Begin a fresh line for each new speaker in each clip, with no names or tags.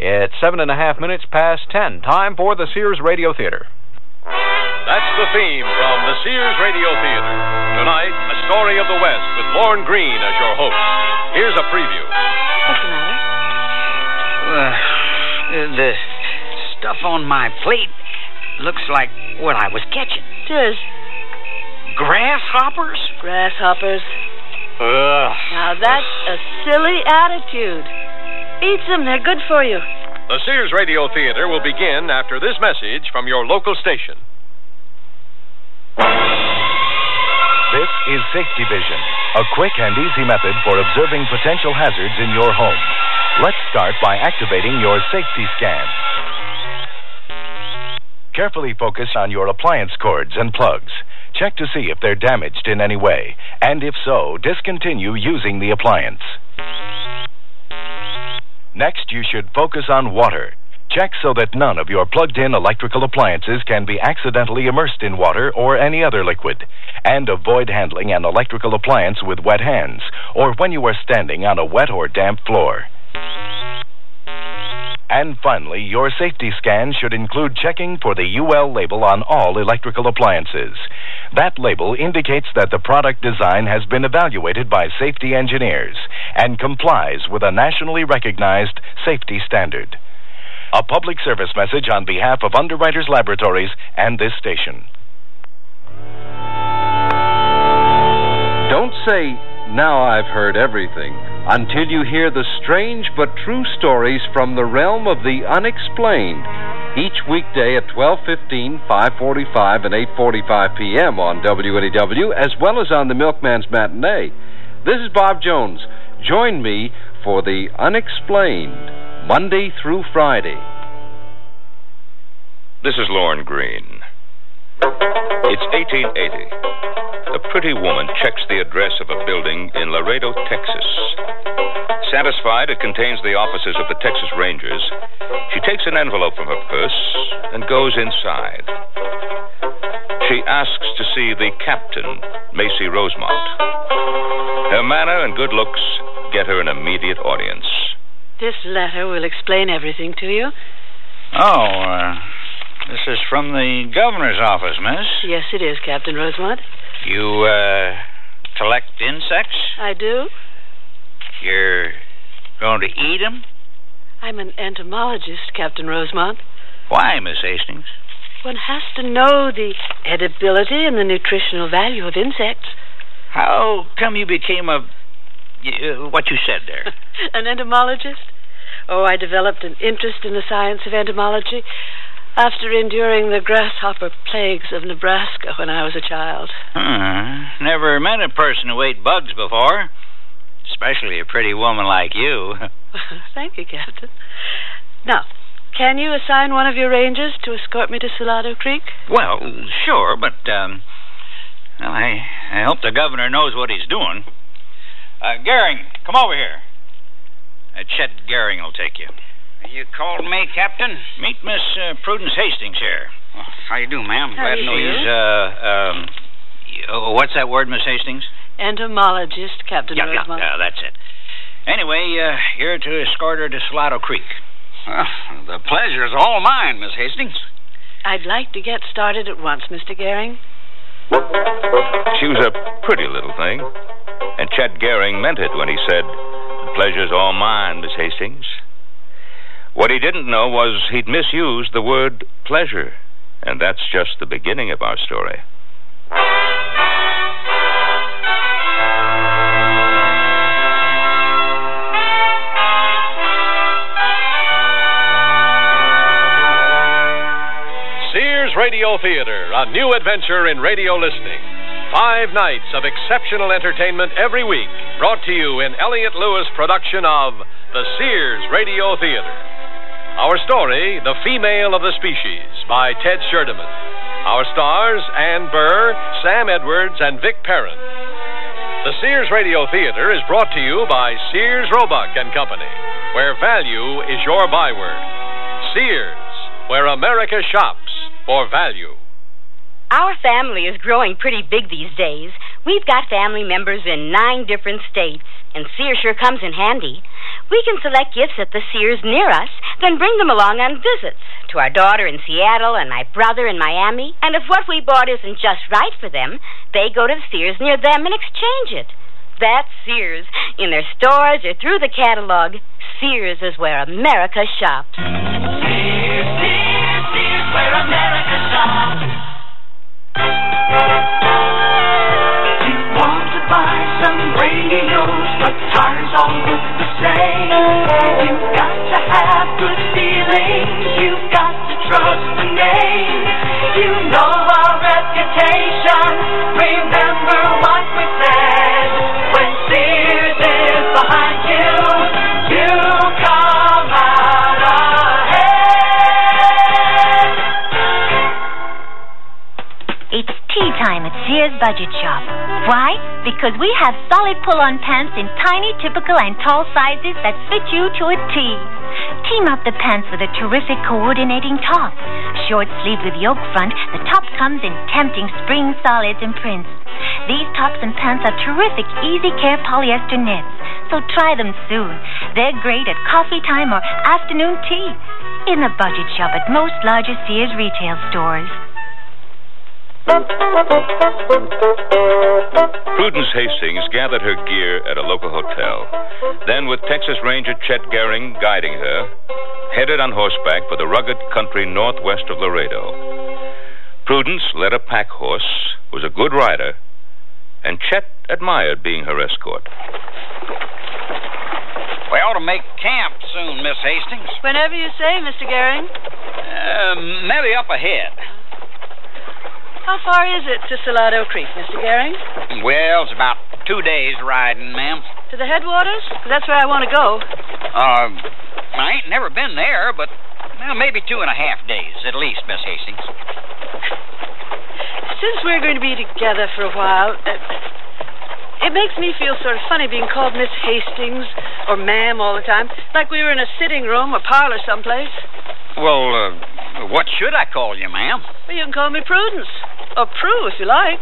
It's seven and a half minutes past ten. Time for the Sears Radio Theater.
That's the theme from the Sears Radio Theater. Tonight, a story of the West with Lorne Green as your host. Here's a preview.
What's the matter?
Uh, the stuff on my plate looks like what I was catching.
Cheers.
Grasshoppers?
Grasshoppers.
Ugh.
Now that's a silly attitude. Eat them, they're good for you.
The Sears Radio Theater will begin after this message from your local station.
This is Safety Vision, a quick and easy method for observing potential hazards in your home. Let's start by activating your safety scan. Carefully focus on your appliance cords and plugs. Check to see if they're damaged in any way, and if so, discontinue using the appliance. Next, you should focus on water. Check so that none of your plugged in electrical appliances can be accidentally immersed in water or any other liquid. And avoid handling an electrical appliance with wet hands or when you are standing on a wet or damp floor. And finally, your safety scan should include checking for the UL label on all electrical appliances. That label indicates that the product design has been evaluated by safety engineers and complies with a nationally recognized safety standard. A public service message on behalf of Underwriters Laboratories and this station.
Don't say, Now I've heard everything, until you hear the strange but true stories from the realm of the unexplained. Each weekday at 12:15, 5:45, and 8:45 p.m. on WNEW, as well as on the Milkman's Matinee. This is Bob Jones. Join me for the unexplained Monday through Friday.
This is Lorne Green. It's 1880. A pretty woman checks the address of a building in Laredo, Texas. Satisfied it contains the offices of the Texas Rangers, she takes an envelope from her purse and goes inside. She asks to see the captain, Macy Rosemont. Her manner and good looks get her an immediate audience.
This letter will explain everything to you.
Oh, uh, this is from the governor's office, miss.
Yes, it is, Captain Rosemont.
You, uh, collect insects?
I do.
You're going to eat 'em?
I'm an entomologist, Captain Rosemont.
Why, Miss Hastings?
One has to know the edibility and the nutritional value of insects.
How come you became a. y- uh, what you said there?
an entomologist? Oh, I developed an interest in the science of entomology after enduring the grasshopper plagues of Nebraska when I was a child.
Huh. Never met a person who ate bugs before, especially a pretty woman like you.
Thank you, Captain. Now, can you assign one of your rangers to escort me to Salado Creek?
Well, sure, but um, well, I I hope the governor knows what he's doing. Uh, Gehring, come over here. Uh, Chet Gehring will take you.
You called me, Captain?
Meet Miss uh, Prudence Hastings here.
Oh, how you do, ma'am?
How
Glad to
do you
know
do?
you.
She's uh um, y- oh, what's that word, Miss Hastings?
Entomologist, Captain
yeah, yeah,
Rosemont.
uh, that's it. Anyway, uh, you're to escort her to Salado Creek.
Well, the pleasure's all mine, Miss Hastings.
I'd like to get started at once, Mr. Gehring.
She was a pretty little thing, and Chet Gehring meant it when he said, The pleasure's all mine, Miss Hastings. What he didn't know was he'd misused the word pleasure, and that's just the beginning of our story.
Sears Radio Theater, a new adventure in radio listening. Five nights of exceptional entertainment every week, brought to you in Elliot Lewis production of The Sears Radio Theater. Our story, The Female of the Species, by Ted Sherdeman. Our stars, Ann Burr, Sam Edwards, and Vic Perrin. The Sears Radio Theater is brought to you by Sears Roebuck and Company, where value is your byword. Sears, where America shops for value.
Our family is growing pretty big these days. We've got family members in nine different states, and Sears sure comes in handy.
We can select gifts at the Sears near us, then bring them along on visits to our daughter in Seattle and my brother in Miami. And if what we bought isn't just right for them, they go to the Sears near them and exchange it. That's Sears. In their stores or through the catalog, Sears is where America shops. It's tea time at Sears Budget Shop. Why? Because we have solid pull on pants in tiny, typical, and tall sizes that fit you to a T. Team up the pants with a terrific coordinating top. Short sleeve with yoke front, the top comes in tempting spring solids and prints. These tops and pants are terrific easy care polyester knits, so try them soon. They're great at coffee time or afternoon tea. In the budget shop at most larger Sears retail stores.
Prudence Hastings gathered her gear at a local hotel. Then, with Texas Ranger Chet Gehring guiding her, headed on horseback for the rugged country northwest of Laredo. Prudence led a pack horse, was a good rider, and Chet admired being her escort.
We ought to make camp soon, Miss Hastings.
Whenever you say, Mr. Gehring.
Um, maybe up ahead.
How far is it to Salado Creek, Mr. Gehring?
Well, it's about two days riding, ma'am.
To the headwaters? 'Cause That's where I want to go.
Uh, I ain't never been there, but well, maybe two and a half days at least, Miss Hastings.
Since we're going to be together for a while, uh, it makes me feel sort of funny being called Miss Hastings or ma'am all the time, like we were in a sitting room or parlor someplace.
Well, uh, what should I call you, ma'am?
Well, you can call me Prudence. Or Prue, if you like.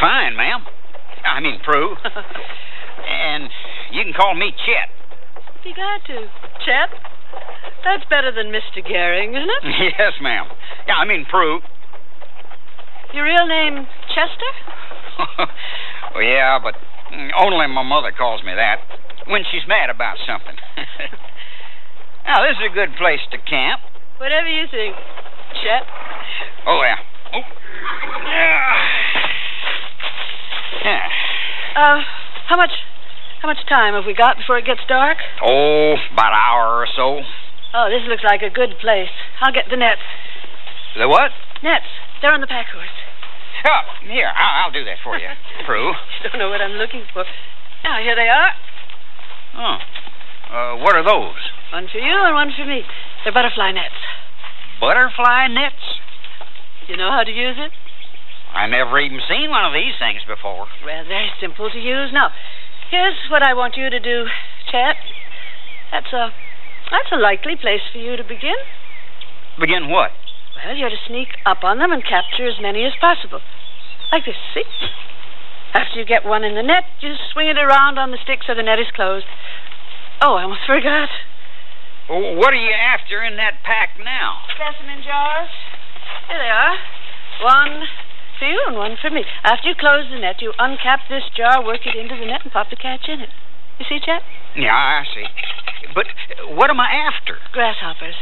Fine, ma'am. I mean, Prue. and you can call me Chet.
Be glad to. Chet? That's better than Mr. Gehring, isn't it?
yes, ma'am. Yeah, I mean, Prue.
Your real name, Chester?
well, Oh, yeah, but mm, only my mother calls me that when she's mad about something. now, this is a good place to camp.
Whatever you think, Chet.
Oh, yeah. Oh. Yeah. Yeah.
Uh, how much, how much time have we got before it gets dark?
Oh, about an hour or so.
Oh, this looks like a good place. I'll get the nets.
The what?
Nets. They're on the pack horse.
Oh, here, I'll, I'll do that for you, Prue.
I don't know what I'm looking for. Ah, here they are.
Oh. Uh, what are those?
One for you and one for me. They're butterfly nets.
Butterfly nets?
You know how to use it?
I never even seen one of these things before.
Well, they're simple to use. Now, here's what I want you to do, Chet. That's a that's a likely place for you to begin.
Begin what?
Well, you're to sneak up on them and capture as many as possible. Like this, see? After you get one in the net, you swing it around on the stick so the net is closed. Oh, I almost forgot.
Oh, What are you after in that pack now?
Specimen jars. Here they are. One for you and one for me. After you close the net, you uncap this jar, work it into the net, and pop the catch in it. You see, Chet?
Yeah, I see. But what am I after?
Grasshoppers.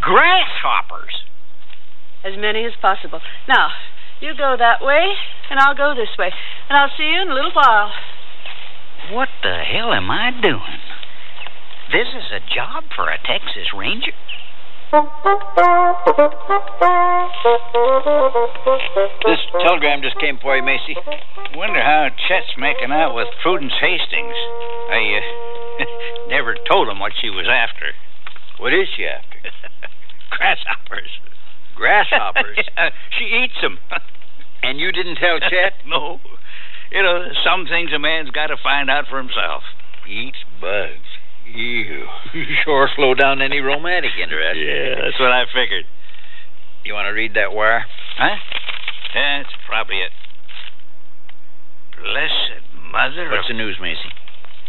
Grasshoppers.
As many as possible. Now, you go that way, and I'll go this way. And I'll see you in a little while.
What the hell am I doing? This is a job for a Texas Ranger. This telegram just came for you, Macy. Wonder how Chet's making out with Prudence Hastings. I uh, never told him what she was after. What is she after? Grasshoppers. Grasshoppers? she eats them. and you didn't tell Chet? no. You know, some things a man's got to find out for himself. Eats bugs. Ew. sure slow down any romantic interest. yeah, that's what I figured. You want to read that wire? Huh? That's probably it. Blessed Mother. What's the news, Macy?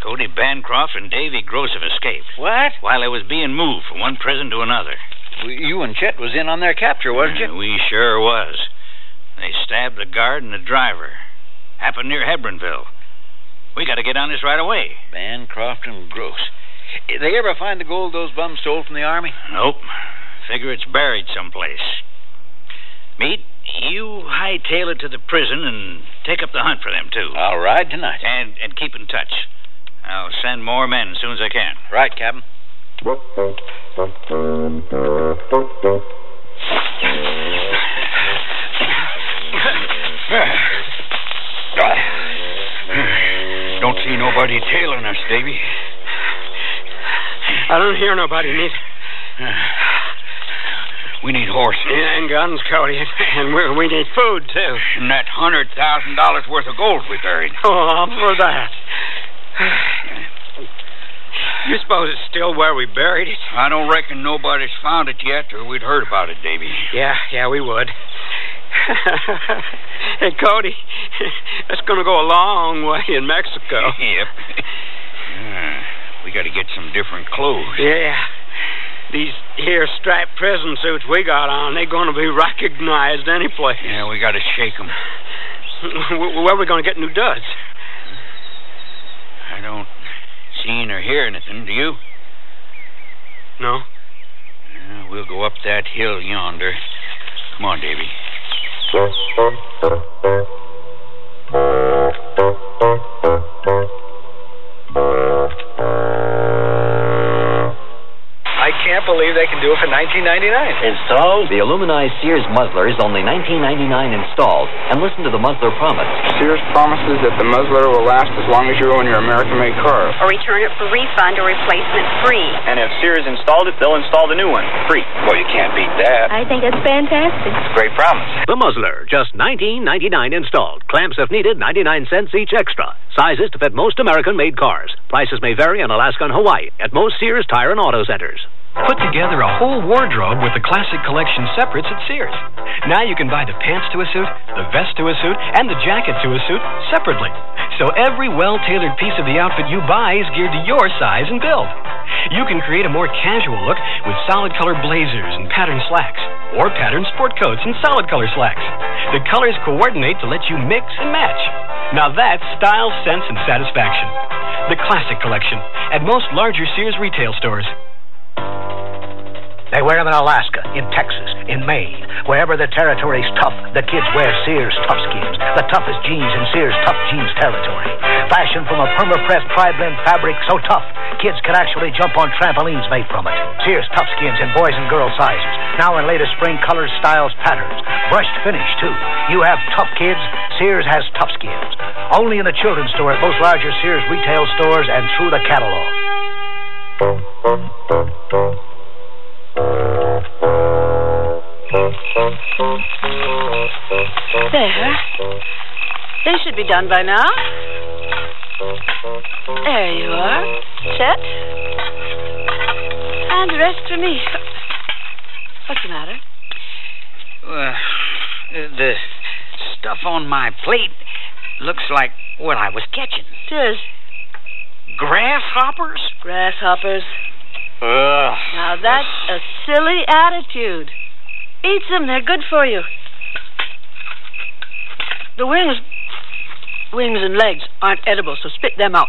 Cody Bancroft and Davy Grossif escaped. What? While they was being moved from one prison to another.
You and Chet was in on their capture, wasn't you?
We sure was. They stabbed the guard and the driver. Happened near Hebronville. We got to get on this right away.
Bancroft and Gross. Did they ever find the gold those bums stole from the army?
Nope. Figure it's buried someplace. Meat, you hightail it to the prison and take up the hunt for them, too.
I'll ride tonight.
And, and keep in touch. I'll send more men as soon as I can.
Right, Captain.
Don't see nobody tailing us, Davy.
I don't hear nobody, Neat.
We need horses.
Yeah, and guns, Cody. And we, we need food, too.
And that hundred thousand dollars worth of gold we buried.
Oh, all for that. You suppose it's still where we buried it?
I don't reckon nobody's found it yet, or we'd heard about it, Davy.
Yeah, yeah, we would. hey, Cody, that's going to go a long way in Mexico.
yep. Yeah, we got to get some different clothes.
Yeah. These here striped prison suits we got on, they're going to be recognized anyplace.
Yeah, we got to shake 'em.
Where are we going to get new duds?
I don't see or hear anything, do you?
No?
Yeah, we'll go up that hill yonder. Come on, Davy.
I can't believe they can do it for 1999.
Installed? The Illumini Sears muzzler is only $19.99 installed. And listen to the muzzler promise.
Sears promises that the muzzler will last as long as you own your American-made car.
or return it for refund or replacement free.
And if Sears installed it, they'll install the new one free. Well, you can't beat that.
I think it's fantastic.
Great promise.
The muzzler, just $19.99 installed. Clamps, if needed, 99 cents each extra. Sizes to fit most American made cars. Prices may vary in Alaska and Hawaii at most Sears Tire and Auto Centers.
Put together a whole wardrobe with the classic collection separates at Sears. Now you can buy the pants to a suit, the vest to a suit, and the jacket to a suit separately. So every well tailored piece of the outfit you buy is geared to your size and build. You can create a more casual look with solid color blazers and patterned slacks, or patterned sport coats and solid color slacks. The colors coordinate to let you mix and match. Now that's style, sense, and satisfaction. The classic collection at most larger Sears retail stores.
They wear them in Alaska, in Texas, in Maine. Wherever the territory's tough, the kids wear Sears tough skins. The toughest jeans in Sears tough jeans territory. Fashioned from a perma-pressed tri-blend fabric so tough, kids can actually jump on trampolines made from it. Sears tough skins in boys and girl sizes. Now in latest spring colors, styles, patterns. Brushed finish, too. You have tough kids, Sears has tough skins. Only in the children's store at most larger Sears retail stores and through the catalog.
There. They should be done by now. There you are. Set. And the rest for me. What's the matter?
Uh, the stuff on my plate looks like what I was catching.
Tis.
Grasshoppers?
Grasshoppers.
Ugh.
Now that's a silly attitude. Eat them, they're good for you. The wings wings and legs aren't edible, so spit them out.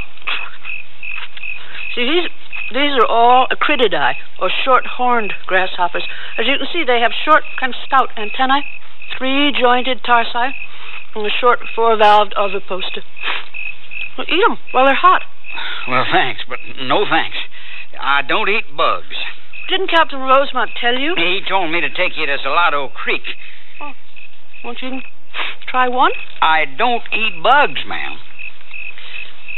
See these these are all acrididae, or short horned grasshoppers. As you can see, they have short, kind of stout antennae, three jointed tarsi, and a short four valved oviposta. Well, eat them while they're hot.
Well, thanks, but no thanks. I don't eat bugs.
Didn't Captain Rosemont tell you?
He told me to take you to Salado Creek.
Won't you try one?
I don't eat bugs, ma'am.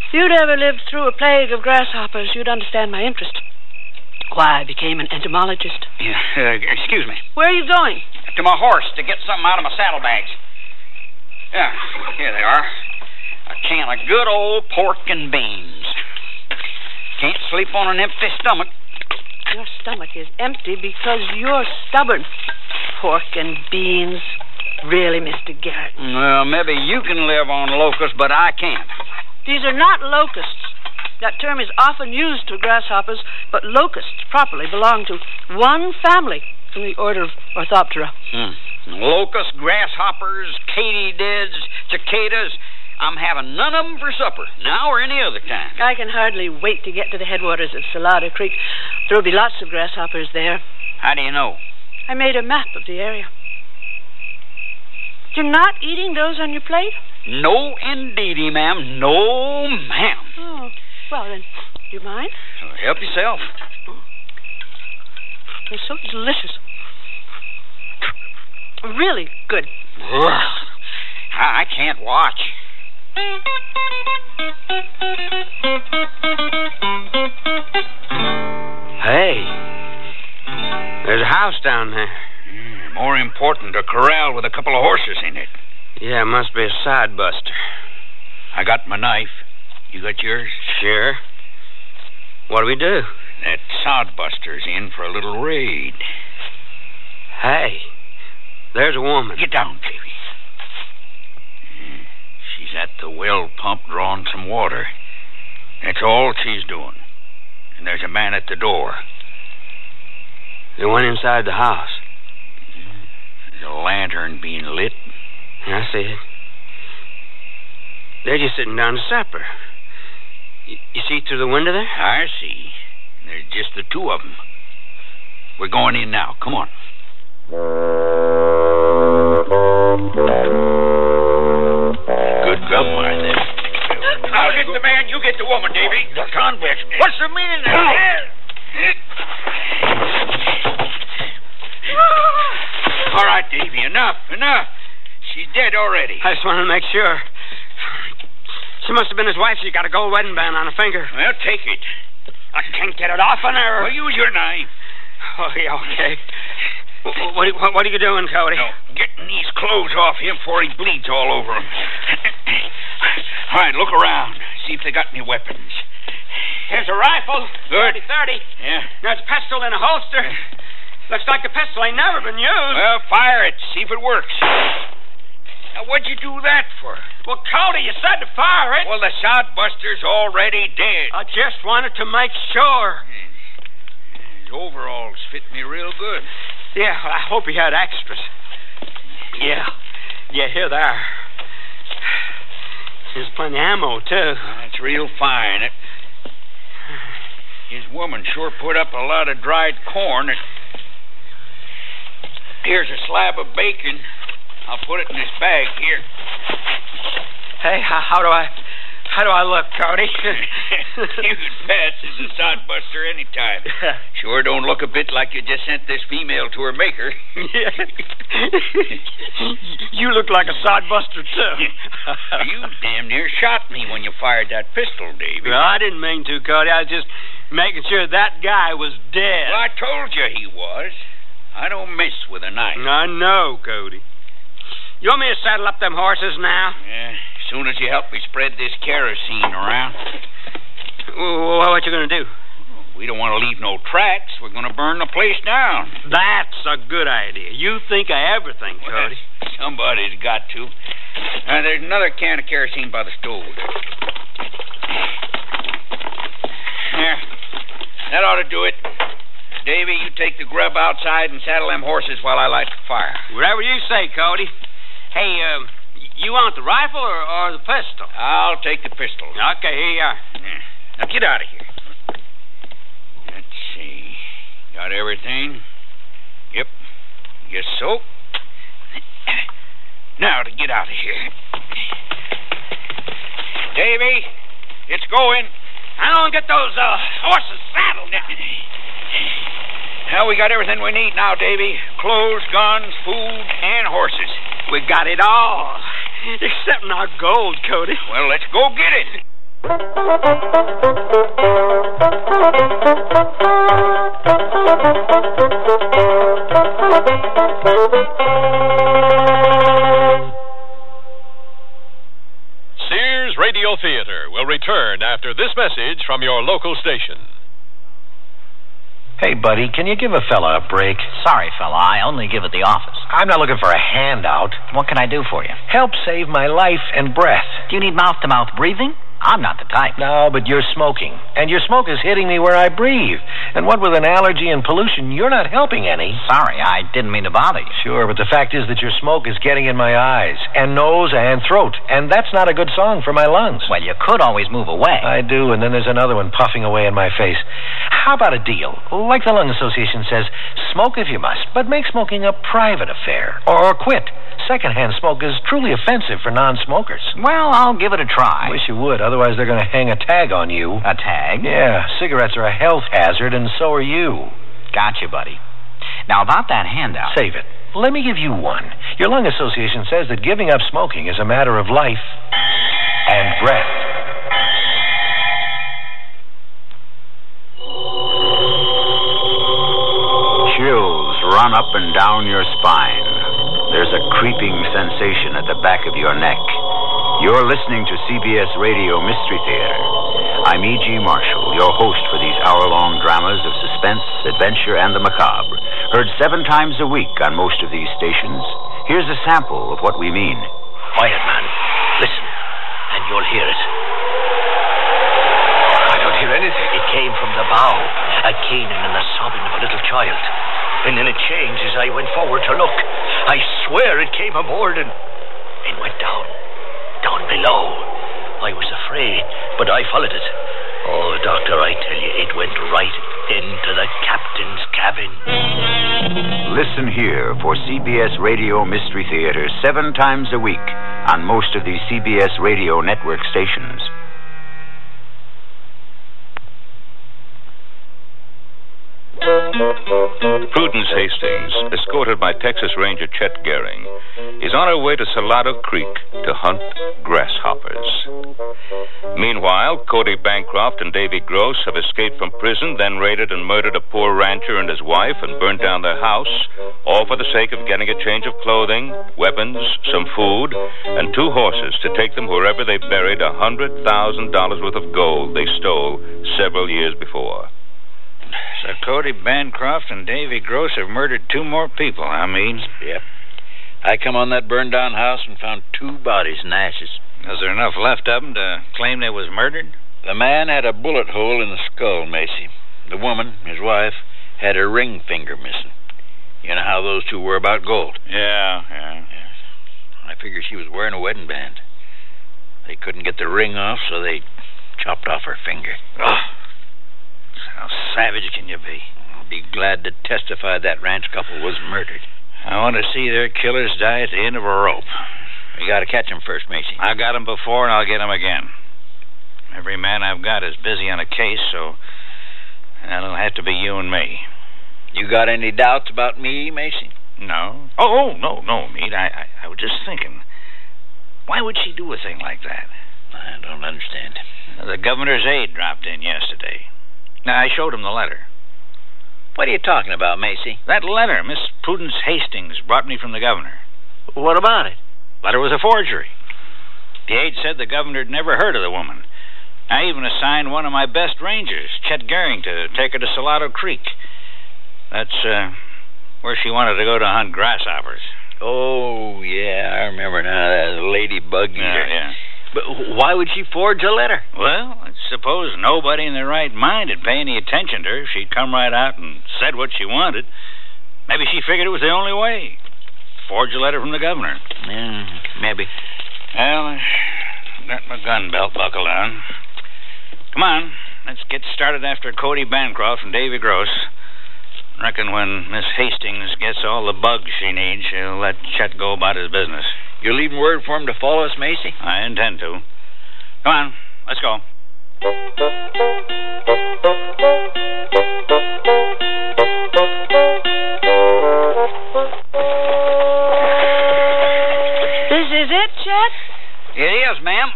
If you'd ever lived through a plague of grasshoppers, you'd understand my interest. Why I became an entomologist.
Yeah, uh, excuse me.
Where are you going?
To my horse to get something out of my saddlebags. Yeah, here they are. A can of good old pork and beans. Can't sleep on an empty stomach.
Your stomach is empty because you're stubborn. Pork and beans. Really, Mr. Garrett.
Well, maybe you can live on locusts, but I can't.
These are not locusts. That term is often used to grasshoppers, but locusts properly belong to one family in the order of Orthoptera.
Hmm. Locusts, grasshoppers, katydids, cicadas. I'm having none of them for supper, now or any other time.
I can hardly wait to get to the headwaters of Salado Creek. There'll be lots of grasshoppers there.
How do you know?
I made a map of the area. You're not eating those on your plate?
No, indeedy, ma'am. No, ma'am.
Oh, well then, do you mind?
Help yourself.
They're so delicious. Really good.
Ugh. I I can't watch.
Hey, there's a house down there. Hmm,
More important, a corral with a couple of horses in it.
Yeah, it must be a side buster.
I got my knife. You got yours?
Sure. What do we do?
That sodbuster's in for a little raid.
Hey, there's a woman.
Get down, Davy. Hmm, She's at the well pump drawing some water. That's all she's doing. And there's a man at the door.
They went inside the house.
Mm, There's a lantern being lit.
I see it. They're just sitting down to supper. Y- you see through the window there?
I see. There's just the two of them. We're going in now. Come on. Good grub, Martha.
I'll get the man, you get the woman, Davy. The
Oh,
convict. What's the meaning of
All right, Davy. Enough. Enough. She's dead already.
I just wanted to make sure. She must have been his wife. She got a gold wedding band on her finger.
Well, take it.
I can't get it off on her.
Well, use your knife.
Oh, yeah, okay. Wh- wh- What, what, what are you doing, Cody?
No, getting these clothes off him before he bleeds all over him. all right, look around. See if they got any weapons.
Here's a rifle.
Good.
30.
Yeah.
There's a pistol in a holster. Looks like the pistol ain't never been used.
Well, fire it. See if it works. Now, what'd you do that for?
Well, Cody, you said to fire it.
Well, the sodbuster's already dead.
I just wanted to make sure.
His overalls fit me real good.
Yeah, I hope he had extras. Yeah. Yeah, here they are. There's plenty of ammo, too.
That's real fine. It... His woman sure put up a lot of dried corn. And... Here's a slab of bacon. I'll put it in this bag here.
Hey, how, how do I... How do I look, Cody?
you can pass as a sodbuster anytime. Sure don't look a bit like you just sent this female to her maker.
you look like a sodbuster, too.
you damn near shot me when you fired that pistol, Davy.
Well, I didn't mean to, Cody. I was just making sure that guy was dead.
Well, I told you he was. I don't mess with a knife.
I know, Cody. You want me to saddle up them horses now?
Yeah, as soon as you help me spread this kerosene around.
Well, what you gonna do?
We don't want to leave no tracks. We're going to burn the place down.
That's a good idea. You think of everything,
Well,
Cody.
Somebody's got to. Uh, there's another can of kerosene by the stove. There. That ought to do it. Davy, you take the grub outside and saddle them horses while I light the fire.
Whatever you say, Cody. Hey, um, y- you want the rifle or, or the pistol?
I'll take the pistol.
Okay, here you are.
Yeah. uh, Now get out of here. Let's see. Got everything? Yep. Guess so. Now to get out of here. Davy, it's going.
I don't get those uh, horses saddled now.
Now we got everything we need now, Davy. Clothes, guns, food, and horses.
We got it all, except our gold, Cody.
Well, let's go get it.
Sears Radio Theater will return after this message from your local station.
Hey, buddy, can you give a fella a break?
Sorry, fella, I only give at the office.
I'm not looking for a handout.
What can I do for you?
Help save my life and breath.
Do you need mouth to mouth breathing?
I'm not the type.
No, but you're smoking. And your smoke is hitting me where I breathe. And what with an allergy and pollution, you're not helping any.
Sorry, I didn't mean to bother you.
Sure, but the fact is that your smoke is getting in my eyes, and nose, and throat. And that's not a good song for my lungs.
Well, you could always move away.
I do, and then there's another one puffing away in my face. How about a deal? Like the Lung Association says, smoke if you must, but make smoking a private affair. Or, or quit. Secondhand smoke is truly offensive for non smokers.
Well, I'll give it a try.
Wish you would, otherwise, they're going to hang a tag on you.
A tag?
Yeah, cigarettes are a health hazard, and so are you.
Gotcha, buddy. Now, about that handout.
Save it. Let me give you one. Your lung association says that giving up smoking is a matter of life and breath.
Chills run up and down your spine. There's a creeping sensation at the back of your neck. You're listening to CBS Radio Mystery Theater. I'm E.G. Marshall, your host for these hour long dramas of suspense, adventure, and the macabre. Heard seven times a week on most of these stations. Here's a sample of what we mean.
Quiet, man. Listen, and you'll hear it.
I don't hear anything.
It came from the bow, a keening and the sobbing of a little child. And then it changed as I went forward to look. I swear it came aboard and it went down, down below. I was afraid, but I followed it. Oh, Doctor, I tell you, it went right into the captain's cabin.
Listen here for CBS Radio Mystery Theater seven times a week on most of these CBS Radio Network stations.
Prudence Hastings, escorted by Texas Ranger Chet Gehring, is on her way to Salado Creek to hunt grasshoppers. Meanwhile, Cody Bancroft and Davy Gross have escaped from prison, then raided and murdered a poor rancher and his wife and burned down their house, all for the sake of getting a change of clothing, weapons, some food, and two horses to take them wherever they buried a $100,000 worth of gold they stole several years before.
So Cody Bancroft and Davy Gross have murdered two more people, I mean.
Yep. I come on that burned down house and found two bodies in ashes.
Is there enough left of 'em to claim they was murdered?
The man had a bullet hole in the skull, Macy. The woman, his wife, had her ring finger missing. You know how those two were about gold.
Yeah, yeah.
I figure she was wearing a wedding band. They couldn't get the ring off, so they chopped off her finger.
Ugh. How savage can you be?
I'll be glad to testify that ranch couple was murdered.
I want to see their killers die at the end of a rope.
You got to catch 'em first, Macy.
I got 'em before, and I'll get 'em again. Every man I've got is busy on a case, so that'll have to be you and me.
You got any doubts about me, Macy?
No. Oh, oh no, no, Mead. I, I, I was just thinking. Why would she do a thing like that?
I don't understand.
The governor's aide dropped in yesterday. Now, I showed him the letter.
What are you talking about, Macy?
That letter Miss Prudence Hastings brought me from the governor.
What about it?
Letter was a forgery. The aide said the governor had never heard of the woman. I even assigned one of my best rangers, Chet Gehring, to take her to Salado Creek. That's uh, where she wanted to go to hunt grasshoppers.
Oh, yeah, I remember now. That ladybug eater.
Yeah, yeah.
But why would she forge a letter?
Well, I suppose nobody in their right mind would pay any attention to her. She'd come right out and said what she wanted. Maybe she figured it was the only way. Forge a letter from the governor.
Yeah, maybe.
Well, I got my gun belt buckled on. Come on, let's get started after Cody Bancroft and Davy Gross. Reckon when Miss Hastings gets all the bugs she needs, she'll let Chet go about his business.
You're leaving word for him to follow us, Macy?
I intend to. Come on, let's go.
This is it, Chet?
It is, ma'am.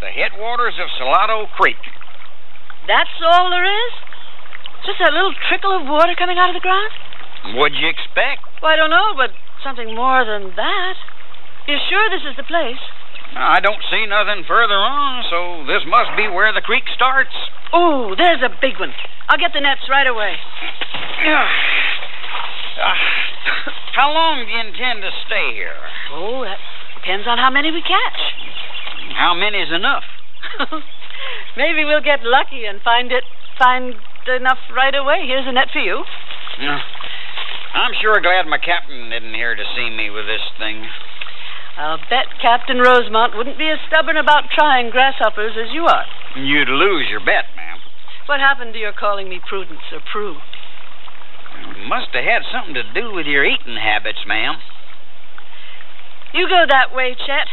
The headwaters of Salado Creek.
That's all there is? Just that little trickle of water coming out of the ground?
What'd you expect?
Well, I don't know, but something more than that. You sure this is the place?
I don't see nothing further on, so this must be where the creek starts.
Oh, there's a big one. I'll get the nets right away.
Uh, how long do you intend to stay here?
Oh, that depends on how many we catch.
How many's enough?
Maybe we'll get lucky and find it find enough right away. Here's a net for you.
Yeah. I'm sure glad my captain isn't here to see me with this thing.
I'll bet Captain Rosemont wouldn't be as stubborn about trying grasshoppers as you are.
You'd lose your bet, ma'am.
What happened to your calling me Prudence or Prue?
Must have had something to do with your eating habits, ma'am.
You go that way, Chet.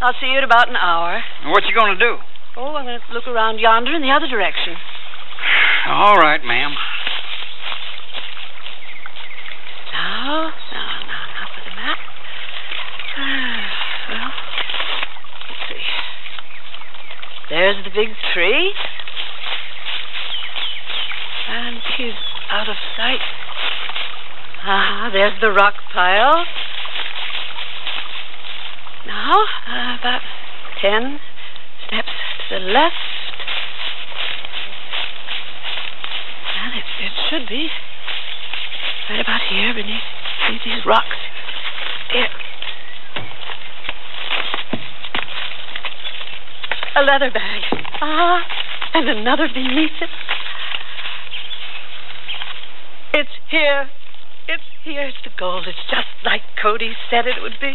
I'll see you in about an hour.
What you gonna do?
Oh, I'm going to look around yonder in the other direction.
All right, ma'am.
No, no, no, not with the map. Well, let's see. There's the big tree. And he's out of sight. Ah, there's the rock pile. Now, uh, about ten steps to the left. And it, it should be right about here beneath, beneath these rocks. There. A leather bag. Ah, and another beneath it. It's here. It's here. It's the gold. It's just like Cody said it would be.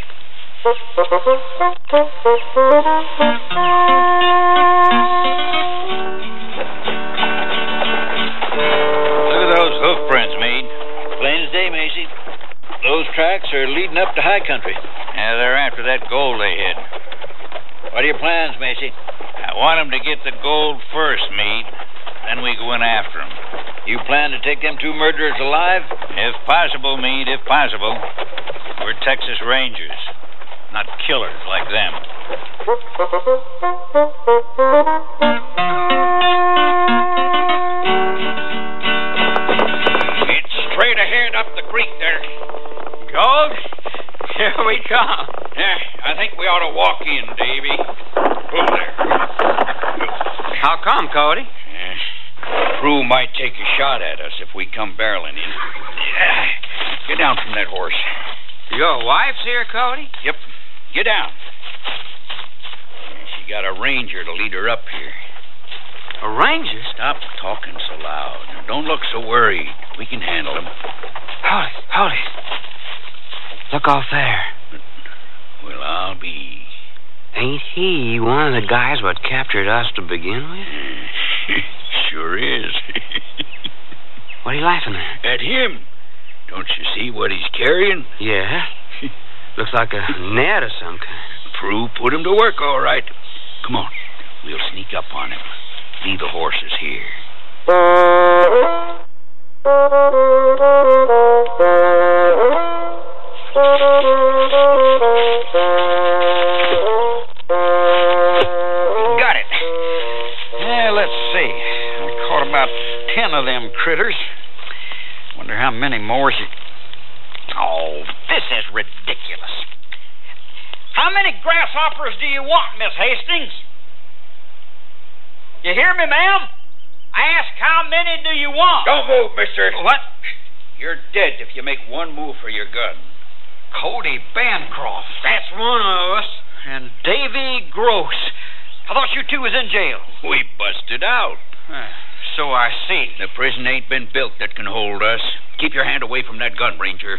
Look at those hoof prints, Meade. Plain as day, Macy. Those tracks are leading up to high country.
Yeah, they're after that gold they hid.
What are your plans, Macy?
I want 'em to get the gold first, Meade. Then we go in after 'em.
You plan to take them two murderers alive?
If possible, Meade, if possible. We're Texas Rangers, not killers like them.
It's straight ahead up the creek there. Gold? Here we come. Yeah, I think we ought to walk in, Davy. Over there.
How come, Cody?
Prue might take a shot at us if we come barreling in. Yeah. Get down from that horse.
Your wife's here, Cody?
Yep. Get down. She got a ranger to lead her up here.
A ranger?
Stop talking so loud. Now, don't look so worried. We can handle him.
Hold it, hold it. Look off there.
Well, I'll be.
Ain't he one of the guys what captured us to begin with?
sure is.
what are you laughing at?
At him. Don't you see what he's carrying?
Yeah. Looks like a net or some kind.
Prue put him to work, all right. Come on. We'll sneak up on him. Leave the horses here.
Got
it. Yeah, let's see. I caught about ten of them critters.
Wonder how many more she. Oh, this is ridiculous. How many grasshoppers do you want, Miss Hastings? You hear me, ma'am? I ask how many do you want?
Don't move, mister.
What?
You're dead if you make one move for your gun.
Cody Bancroft. That's one of us. And Davy Gross. I thought you two was in jail.
We busted out.
So I see.
The prison ain't been built that can hold us. Keep your hand away from that gun, Ranger.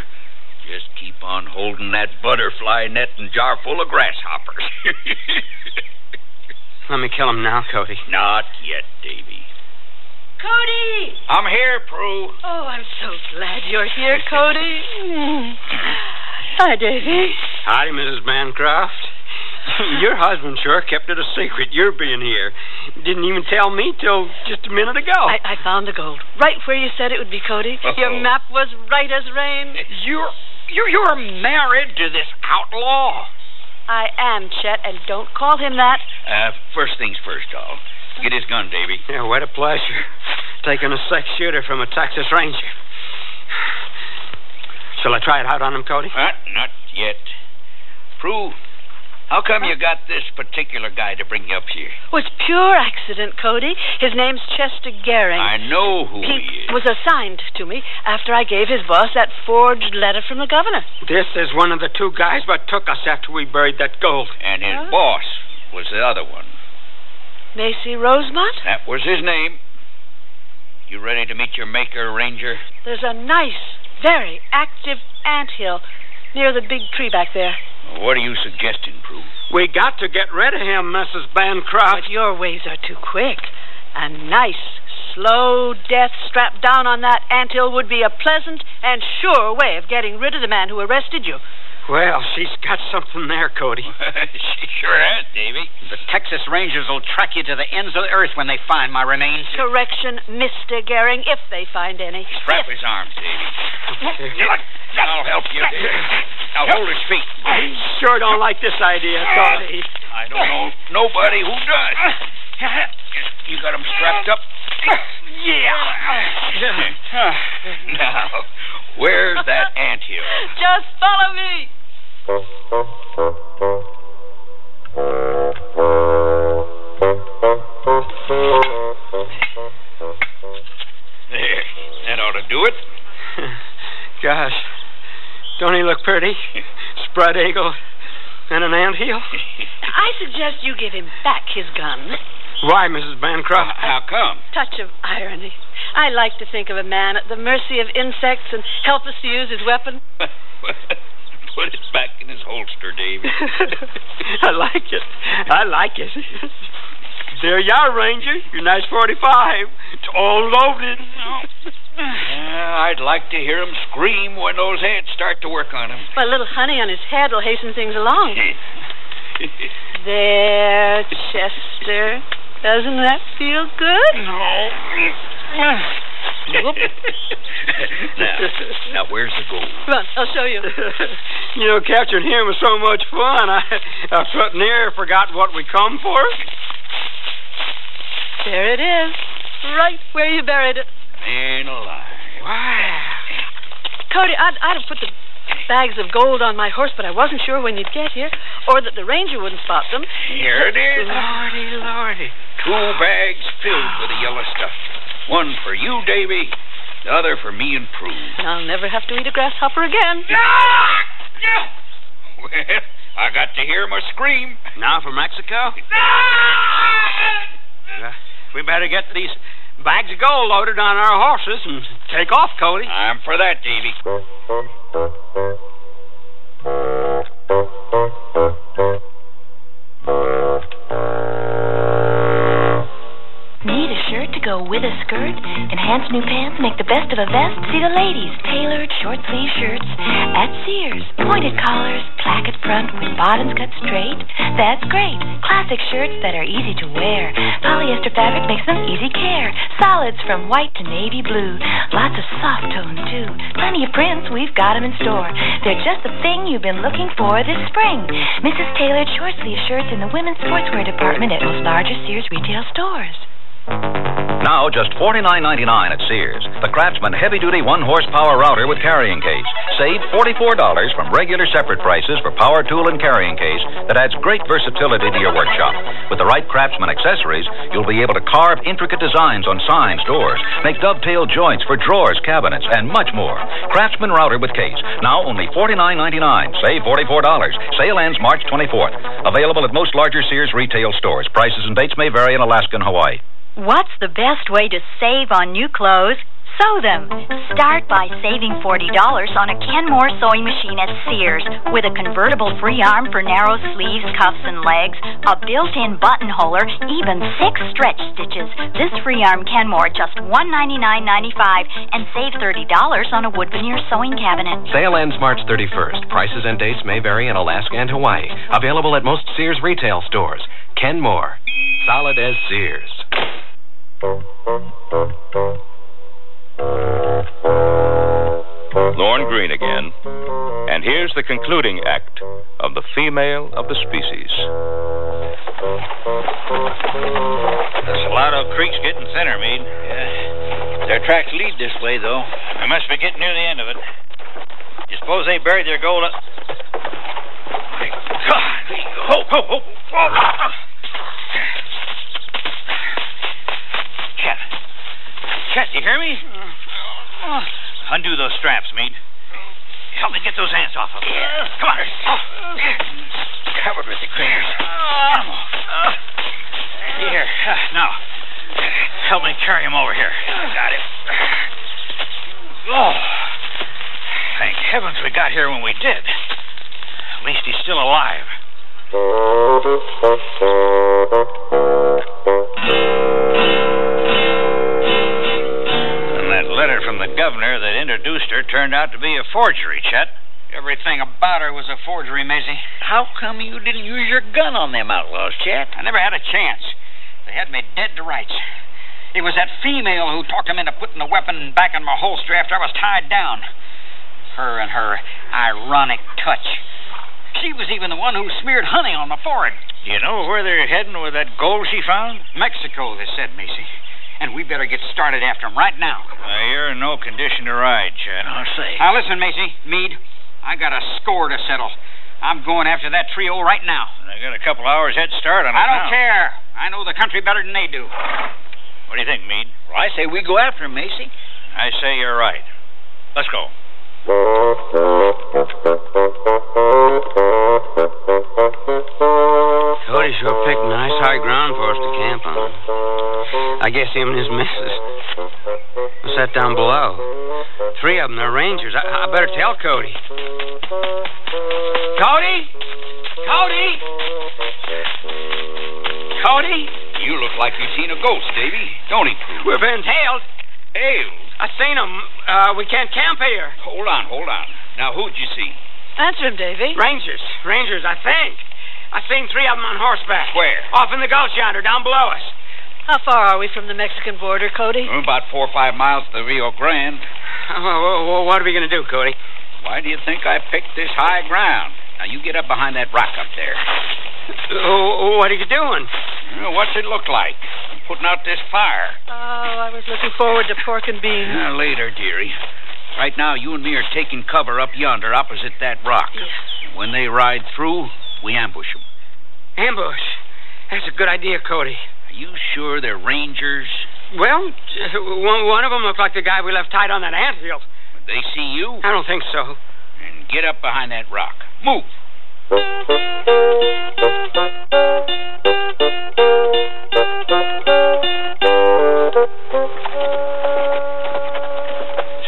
Just keep on holding that butterfly net and jar full of grasshoppers.
Let me kill him now, Cody.
Not yet, Davy.
Cody!
I'm here, Prue.
Oh, I'm so glad you're here, Cody. Mm. Hi, Davy.
Howdy, Mrs. Bancroft. Your husband sure kept it a secret, your being here. Didn't even tell me till just a minute ago.
I, I found the gold. Right where you said it would be, Cody. Your
Oh.
map was right as rain.
You're you're you're married to this outlaw.
I am, Chet, and don't call him that.
Uh, first things first, doll. Get his gun, Davy.
Yeah, what a pleasure. Taking a six shooter from a Texas Ranger. Shall I try it out on him, Cody?
Uh, not yet. Prue, how come you got this particular guy to bring you up here?
was pure accident, Cody. His name's Chester Gehring.
I know who
he
he is.
was assigned to me after I gave his boss that forged letter from the governor.
This is one of the two guys what took us after we buried that gold.
And his
Huh?
boss was the other one.
Macy Rosemont?
That was his name. You ready to meet your maker, Ranger?
There's a nice, very active ant hill near the big tree back there.
What are you suggesting, Prue?
We got to get rid of him, Mrs. Bancroft.
But your ways are too quick. A nice, slow death strapped down on that ant hill would be a pleasant and sure way of getting rid of the man who arrested you.
Well, she's got something there, Cody.
she sure has, Davy. The Texas Rangers will track you to the ends of the earth when they find my remains.
Correction, Mr. Gehring, if they find any.
Strap his arms, Davy. I'll help you. Now hold his feet.
I sure don't like this idea, Cody.
I don't know nobody who does. You got him strapped up? Yeah. Now, where's that ant hill?
Just follow me.
There. That ought to do it.
Gosh, don't he look pretty? Spread eagle and an ant heel.
I suggest you give him back his gun.
Why, Mrs. Bancroft?
How come?
Touch of irony. I like to think of a man at the mercy of insects and helpless to use his weapon.
Put it back in his holster, Davy.
I like it. I like it. there you are, Ranger. Your nice 45. It's all loaded.
Yeah, I'd like to hear him scream when those ants start to work on him.
Well, a little honey on his head will hasten things along. there, Chester. Doesn't that feel good?
No.
Whoop.
now, now, where's the gold?
Run, I'll show you.
You know, capturing him was so much fun. I, I felt near forgot what we come for.
There it is. Right where you buried it.
Man alive. Wow.
Cody, I'd, I'd have put the bags of gold on my horse, but I wasn't sure when you'd get here, or that the ranger wouldn't spot them.
Here it is.
Lordy, lordy.
Two bags filled with the yellow stuff. One for you, Davy. The other for me and Prue.
I'll never have to eat a grasshopper again.
Well, I got to hear my scream.
Now for Mexico? Uh, we better get these bags of gold loaded on our horses and take off, Cody.
I'm for that, Davy.
Need a shirt to go with a skirt? Enhance new pants, make the best of a vest. See the ladies, tailored short sleeve shirts at Sears. Pointed collars, placket front with bottoms cut straight. That's great. Classic shirts that are easy to wear. Polyester fabric makes them easy care. Solids from white to navy blue. Lots of soft tones too. Plenty of prints, we've got 'em in store. They're just the thing you've been looking for this spring. Mrs. Tailored short sleeve shirts in the women's sportswear department at most larger Sears retail stores.
Now just $49.99 at Sears. The Craftsman heavy duty one horsepower router with carrying case. Save $44 from regular separate prices for power tool and carrying case that adds great versatility to your workshop. With the right Craftsman accessories, you'll be able to carve intricate designs on signs, doors, make dovetail joints for drawers, cabinets, and much more. Craftsman router with case. Now only $49.99. Save $44. Sale ends March 24th. Available at most larger Sears retail stores. Prices and dates may vary in Alaska and Hawaii.
What's the best way to save on new clothes? Sew them. Start by saving $40 on a Kenmore sewing machine at Sears with a convertible free arm for narrow sleeves, cuffs, and legs, a built in buttonholer, even six stretch stitches. This free arm Kenmore just $199.95 and save $30 on a wood veneer sewing cabinet.
Sale ends March 31st. Prices and dates may vary in Alaska and Hawaii. Available at most Sears retail stores. Kenmore. Solid as Sears.
Lorne Green again, and here's the concluding act of the female of the species.
There's a lot of creeks getting thinner, Mead. Yeah. Their tracks lead this way, though. They must be getting near the end of it. You suppose they buried their gold up. My God! Ho, ho, ho! Oh. Chet. Chet, you hear me? Undo those straps, Mead. Help me get those ants off of them. Come on. Covered with the critters. Get 'em off.
Here, now, help me carry him over here. Got him. Oh, thank heavens we got here when we did. At least he's still alive.
And that letter from the governor that introduced her turned out to be a forgery, Chet.
Everything about her was a forgery, Maisie.
How come you didn't use your gun on them outlaws, Chet?
I never had a chance. They had me dead to rights. It was that female who talked him into putting the weapon back in my holster after I was tied down. Her and her ironic touch. She was even the one who smeared honey on my forehead.
You know where they're heading with that gold she found?
Mexico, they said, Macy. And we better get started after him right now.
Uh, you're in no condition to ride, Chet. I say.
Now, listen, Macy, Mead, I got a score to settle. I'm going after that trio right now.
I got a couple hours head start on us
I don't
now.
care. I know the country better than they do.
What do you think, Mead?
Well, I say we go after him, Macy.
I say you're right. Let's go.
Cody sure picked nice high ground for us to camp on. I guess him and his missus. What's that down below? Three of them, they're rangers. I, I better tell Cody. Cody? Cody?
Cody?
You look like you've seen a ghost, Davy. Don't he?
We're being tailed.
Hales.
I seen him. Uh, we can't camp here.
Hold on, hold on. Now, who'd you see?
Answer him, Davy.
Rangers. Rangers, I think. I seen three of them on horseback.
Where?
Off in the gulch yonder, down below us.
How far are we from the Mexican border, Cody?
About four or five miles to the Rio Grande.
Well, what are we going to do, Cody?
Why do you think I picked this high ground? Now, you get up behind that rock up there.
Oh, what are you doing?
Well, What's it look like? I'm putting out this fire.
Oh, I was looking forward to pork and beans.
Now, later, dearie. Right now, you and me are taking cover up yonder opposite that rock. When they ride through, we ambush them.
Ambush. That's a good idea, Cody.
Are you sure they're rangers?
Well, uh, one, one of them looked like the guy we left tied on that anthill.
Would they see you?
I don't think so.
And get up behind that rock. Move.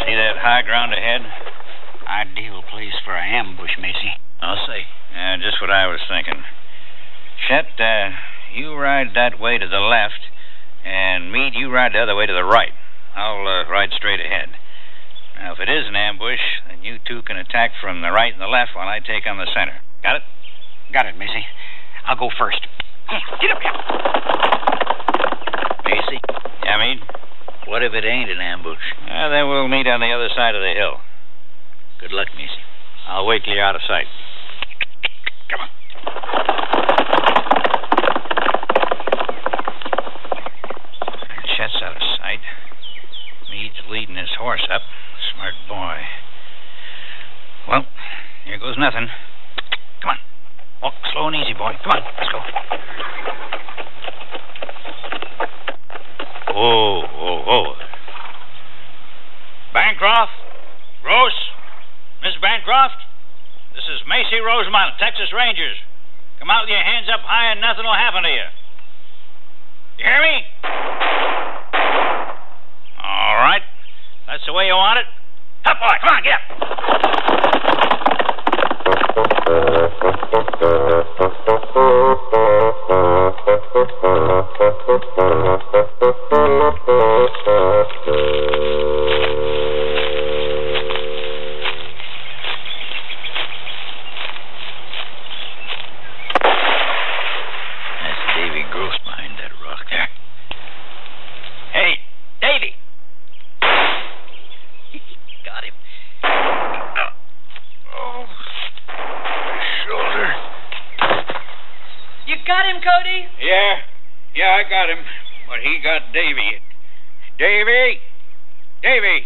See that high ground ahead?
Ideal place for an ambush, Macy.
I'll say. Yeah, just what I was thinking. Chet, uh, you ride that way to the left, and Meade, you ride the other way to the right. I'll uh, ride straight ahead. Now, if it is an ambush, then you two can attack from the right and the left while I take on the center. Got it?
Got it, Macy. I'll go first. Come on, get up here.
Macy? Yeah, Meade?
What if it ain't an ambush?
Uh, then we'll meet on the other side of the hill.
Good luck, Macy.
I'll wait till you're out of sight.
Come on.
Chet's out of sight. Meade's leading his horse up. Smart boy. Well, here goes nothing. Come on. Walk slow and easy, boy. Come on, let's go. Oh, oh, oh. Bancroft? Gross? Miss Bancroft? This is Macy Rosemont, Texas Rangers. Come out with your hands up high and nothing will happen to you. You hear me? All right. That's the way you want it. Up, boy. Come on, get up.
That's Davy Gross behind that rock there.
Hey, Davy. Got him. Oh, my shoulder.
You got him, Cody?
Yeah. Yeah, I got him. But he got Davy. Davy! Davy!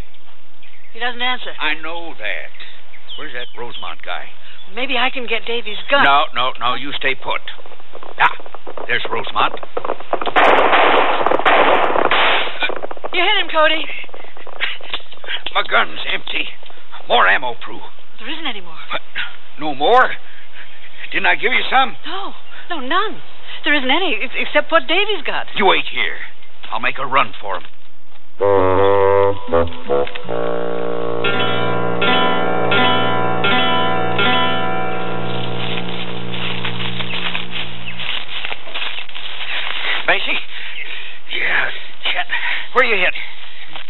He doesn't answer.
I know that. Where's that Rosemont guy?
Maybe I can get Davy's gun.
No, no, no. You stay put. Ah, there's Rosemont.
You hit him, Cody.
My gun's empty. More ammo, Prue.
There isn't any more.
No more? Didn't I give you some?
No, no, none. There isn't any, ex- except what Davy's got.
You wait here. I'll make a run for him.
Macy? Yeah, Chet. Where you hit?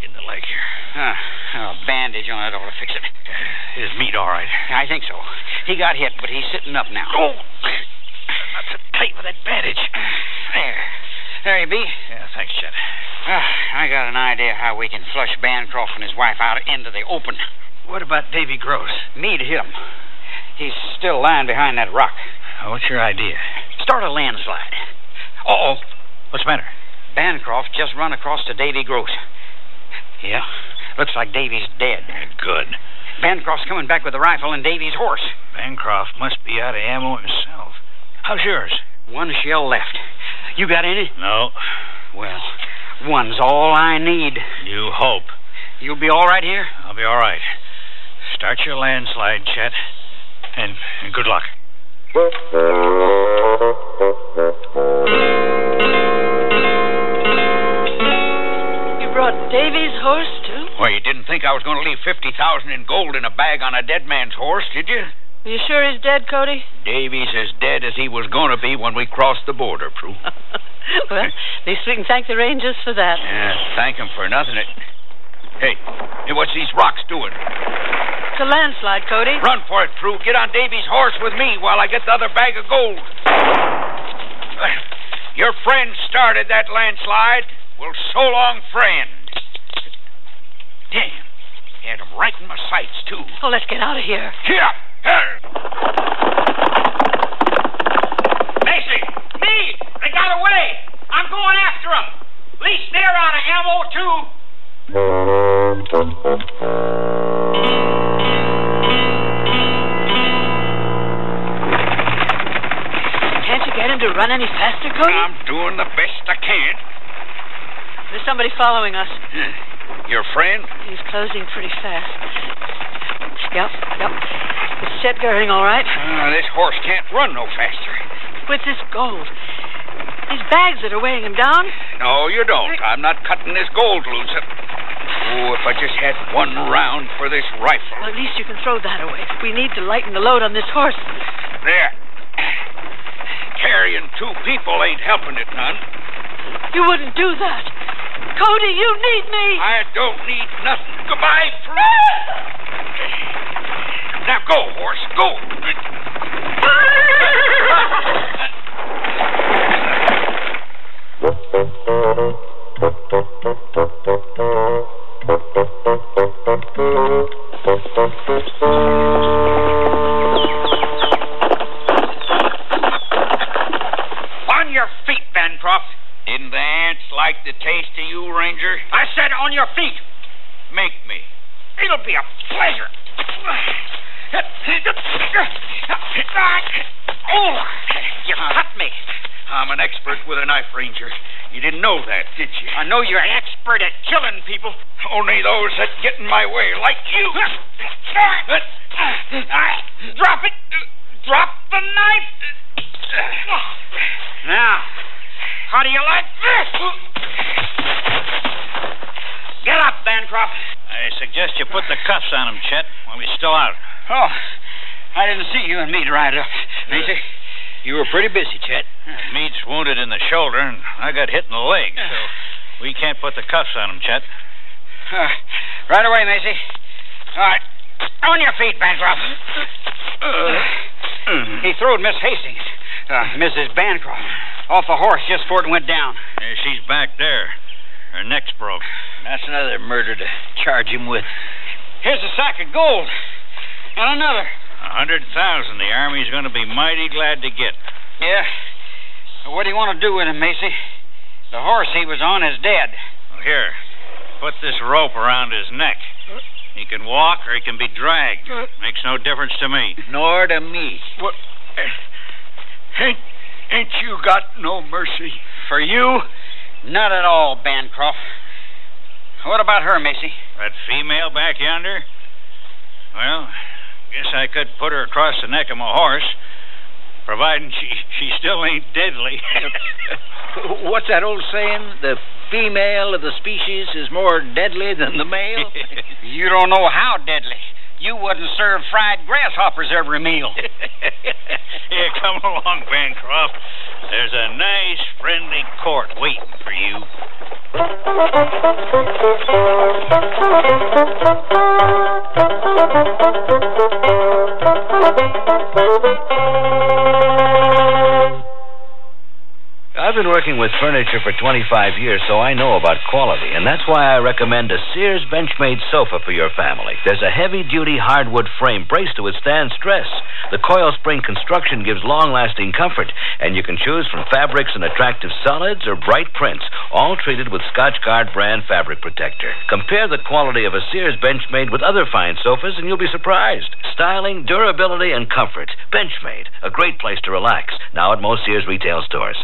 In the leg here. Huh. Oh, a bandage on it ought to fix it.
Is meat all right?
I think so. He got hit, but he's sitting up now.
Oh! Not so tight with that bandage.
There. There you be.
Yeah, thanks, Chet.
Ah, I got an idea how we can flush Bancroft and his wife out into the open.
What about Davy Gross?
Mead hit him. He's still lying behind that rock.
What's your idea?
Start a landslide.
Uh oh. What's the matter?
Bancroft just run across to Davy Gross. Yeah, looks like Davy's dead.
Good.
Bancroft's coming back with a rifle and Davy's horse.
Bancroft must be out of ammo himself. How's yours?
One shell left. You got any?
No.
Well, one's all I need.
You hope.
You'll be all right here?
I'll be all right. Start your landslide, Chet. And, and good luck.
You brought Davy's horse, too?
Well, you didn't think I was going to leave 50000 in gold in a bag on a dead man's horse, did you?
Are you sure he's dead, Cody?
Davy's as dead as he was going to be when we crossed the border, Prue.
well, at least we can thank the Rangers for that.
Yeah, thank him for nothing. It... Hey, hey, what's these rocks doing?
It's a landslide, Cody.
Run for it, Prue. Get on Davy's horse with me while I get the other bag of gold. Your friend started that landslide. Well, so long, friend. Damn. Had him right in my sights, too.
Oh, let's get out of here.
Here! Here! Macy!
Me! They got away! I'm going after them! At least they're out of ammo, too!
Can't you get him to run any faster, Cody?
I'm doing the best I can.
There's somebody following us.
Your friend?
He's closing pretty fast. Yep, yep. Is Chet Goering all right?
Ah, this horse can't run no faster.
With this gold. These bags that are weighing him down.
No, you don't. I'm not cutting this gold loose. Oh, if I just had one round for this rifle.
Well, at least you can throw that away. We need to lighten the load on this horse.
There. Carrying two people ain't helping it none.
You wouldn't do that. Cody, you need me.
I don't need nothing. Goodbye,
Ah!
friend. now go, horse, go.
On your feet, Bancroft.
Didn't the ants like the taste of you, Ranger?
I said on your feet.
Make me.
It'll be a pleasure. Oh, you cut me.
Uh-huh. I'm an expert with a knife, Ranger. You didn't know that, did you?
I know you're an expert at killing people.
Only those that get in my way, like you.
Drop it. Drop the knife. Now, how do you like this? Get up, Bancroft.
I suggest you put the cuffs on him, Chet, while he's still out.
Oh, I didn't see you and Meade ride up, Macy.
You were pretty busy, Chet. Mead's wounded in the shoulder, and I got hit in the leg, so we can't put the cuffs on him, Chet.
Uh, right away, Macy. All right. On your feet, Bancroft. he throwed Miss Hastings, uh, Mrs. Bancroft, off a horse just before it went down.
Yeah, she's back there. Her neck's broke.
That's another murder to charge him with. Here's a sack of gold. And another.
A hundred thousand the Army's going to be mighty glad to get.
Yeah. What do you want to do with him, Macy? The horse he was on is dead.
Well, here, put this rope around his neck. He can walk or he can be dragged. Makes no difference to me.
Nor to me.
What?
Ain't, ain't you got no mercy?
For you? Not at all, Bancroft. What about her, Macy?
That female back yonder? Well, guess I could put her across the neck of my horse.
Providing she, she still ain't deadly.
What's that old saying? The female of the species is more deadly than the male?
You don't know how deadly. You wouldn't serve fried grasshoppers every meal.
Here, come along, Bancroft. There's a nice, friendly court waiting for you.
I've been working with furniture for 25 years, so I know about quality, and that's why I recommend a Sears Benchmade sofa for your family. There's a heavy duty hardwood frame braced to withstand stress. The coil spring construction gives long lasting comfort, and you can choose from fabrics and attractive solids or bright prints, all treated with Scotch Guard brand fabric protector. Compare the quality of a Sears Benchmade with other fine sofas, and you'll be surprised. Styling, durability, and comfort. Benchmade, a great place to relax. Now at most Sears retail stores.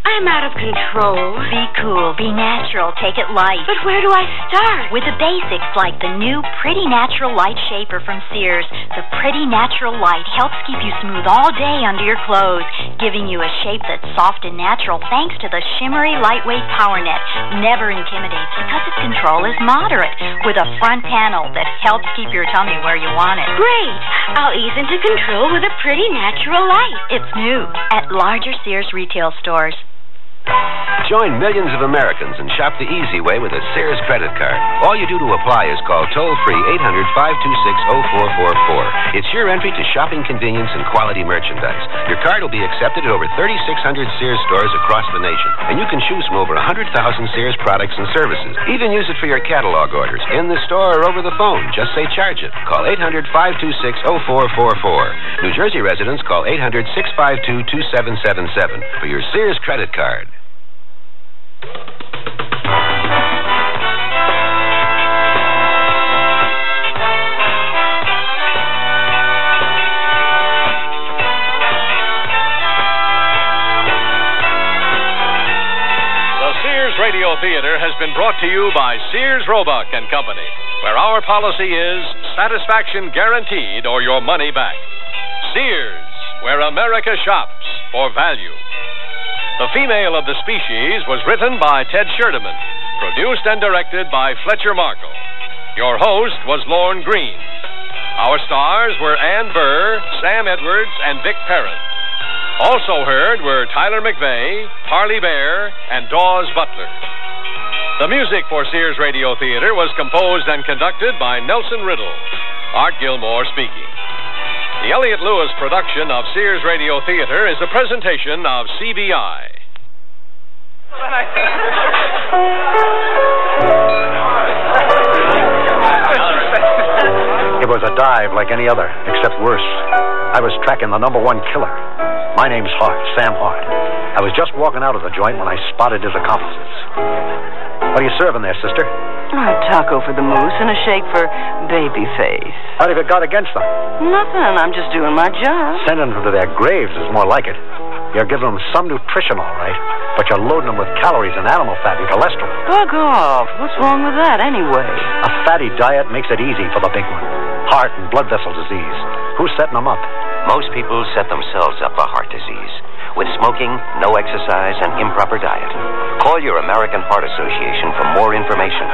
I'm out of control.
Be cool, be natural, take it light.
But where do I start?
With the basics like the new Pretty Natural Light Shaper from Sears. The Pretty Natural Light helps keep you smooth all day under your clothes, giving you a shape that's soft and natural thanks to the shimmery lightweight power net. Never intimidates because its control is moderate with a front panel that helps keep your tummy where you want it.
Great. I'll ease into control with a pretty natural light.
It's new at larger Sears retail stores.
Join millions of Americans and shop the easy way with a Sears credit card. All you do to apply is call toll free 800 526 0444. It's your entry to shopping convenience and quality merchandise. Your card will be accepted at over 3,600 Sears stores across the nation, and you can choose from over 100,000 Sears products and services. Even use it for your catalog orders in the store or over the phone. Just say charge it. Call 800 526 0444. New Jersey residents call 800 652 2777 for your Sears credit card.
The Sears Radio Theater has been brought to you by Sears Roebuck and Company, where our policy is satisfaction guaranteed or your money back. Sears, where America shops for value. The Female of the Species was written by Ted Sherdeman, produced and directed by Fletcher Markle. Your host was Lorne Green. Our stars were Ann Burr, Sam Edwards, and Vic Perrin. Also heard were Tyler McVeigh, Harley Bear, and Dawes Butler. The music for Sears Radio Theater was composed and conducted by Nelson Riddle. Art Gilmore speaking. The Elliott Lewis production of Sears Radio Theater is a presentation of CBI.
It was a dive like any other, except worse. I was tracking the number one killer. My name's Hart, Sam Hart. I was just walking out of the joint when I spotted his accomplices. What are you serving there, sister?
A taco for the moose and a shake for Babyface.
What have you got against them?
Nothing. I'm just doing my job.
Sending them to their graves is more like it. You're giving them some nutrition, all right, but you're loading them with calories and animal fat and cholesterol.
Bug off. What's wrong with that anyway?
A fatty diet makes it easy for the big one heart and blood vessel disease. Who's setting them up?
Most people set themselves up for heart disease with smoking, Hmm? no exercise, and improper diet. Call your American Heart Association for more information.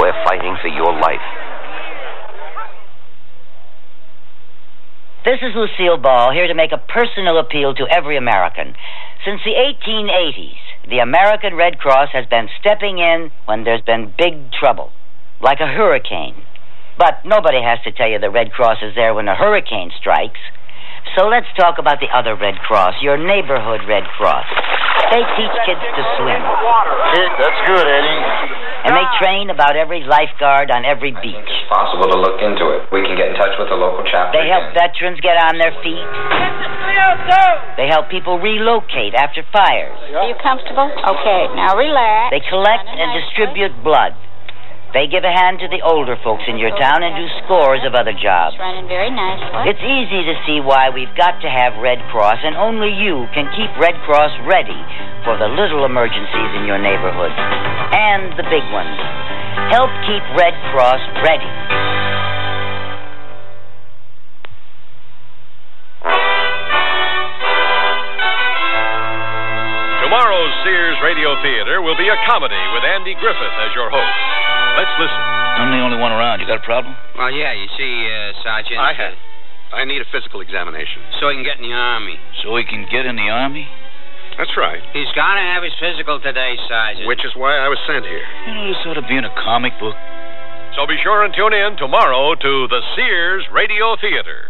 We're fighting for your life.
This is Lucille Ball, here to make a personal appeal to every American. Since the 1880s, the American Red Cross has been stepping in when there's been big trouble, like a hurricane. But nobody has to tell you the Red Cross is there when a hurricane strikes. So let's talk about the other Red Cross, your neighborhood Red Cross. They teach kids to swim.
That's good, Eddie.
And they train about every lifeguard on every beach.
Possible to look into it. We can get in touch with the local chapter.
They help veterans get on their feet. They help people relocate after fires.
Are you comfortable? Okay, now relax.
They collect and distribute blood. They give a hand to the older folks in your town and do scores of other
It's
jobs.
running very nicely.
It's easy to see why we've got to have Red Cross, and only you can keep Red Cross ready for the little emergencies in your neighborhood and the big ones. Help keep Red Cross ready.
Tomorrow's Sears Radio Theater will be a comedy with Andy Griffith as your host. Let's listen.
I'm the only one around. You got a problem?
Well, yeah, you see, uh, Sergeant. I have. I need a physical examination. So he can get in the Army.
So he can get in the Army?
That's right. He's got to have his physical today, Sergeant. Which is why I was sent here.
You know, this ought to be in a comic book.
So be sure and tune in tomorrow to the Sears Radio Theater.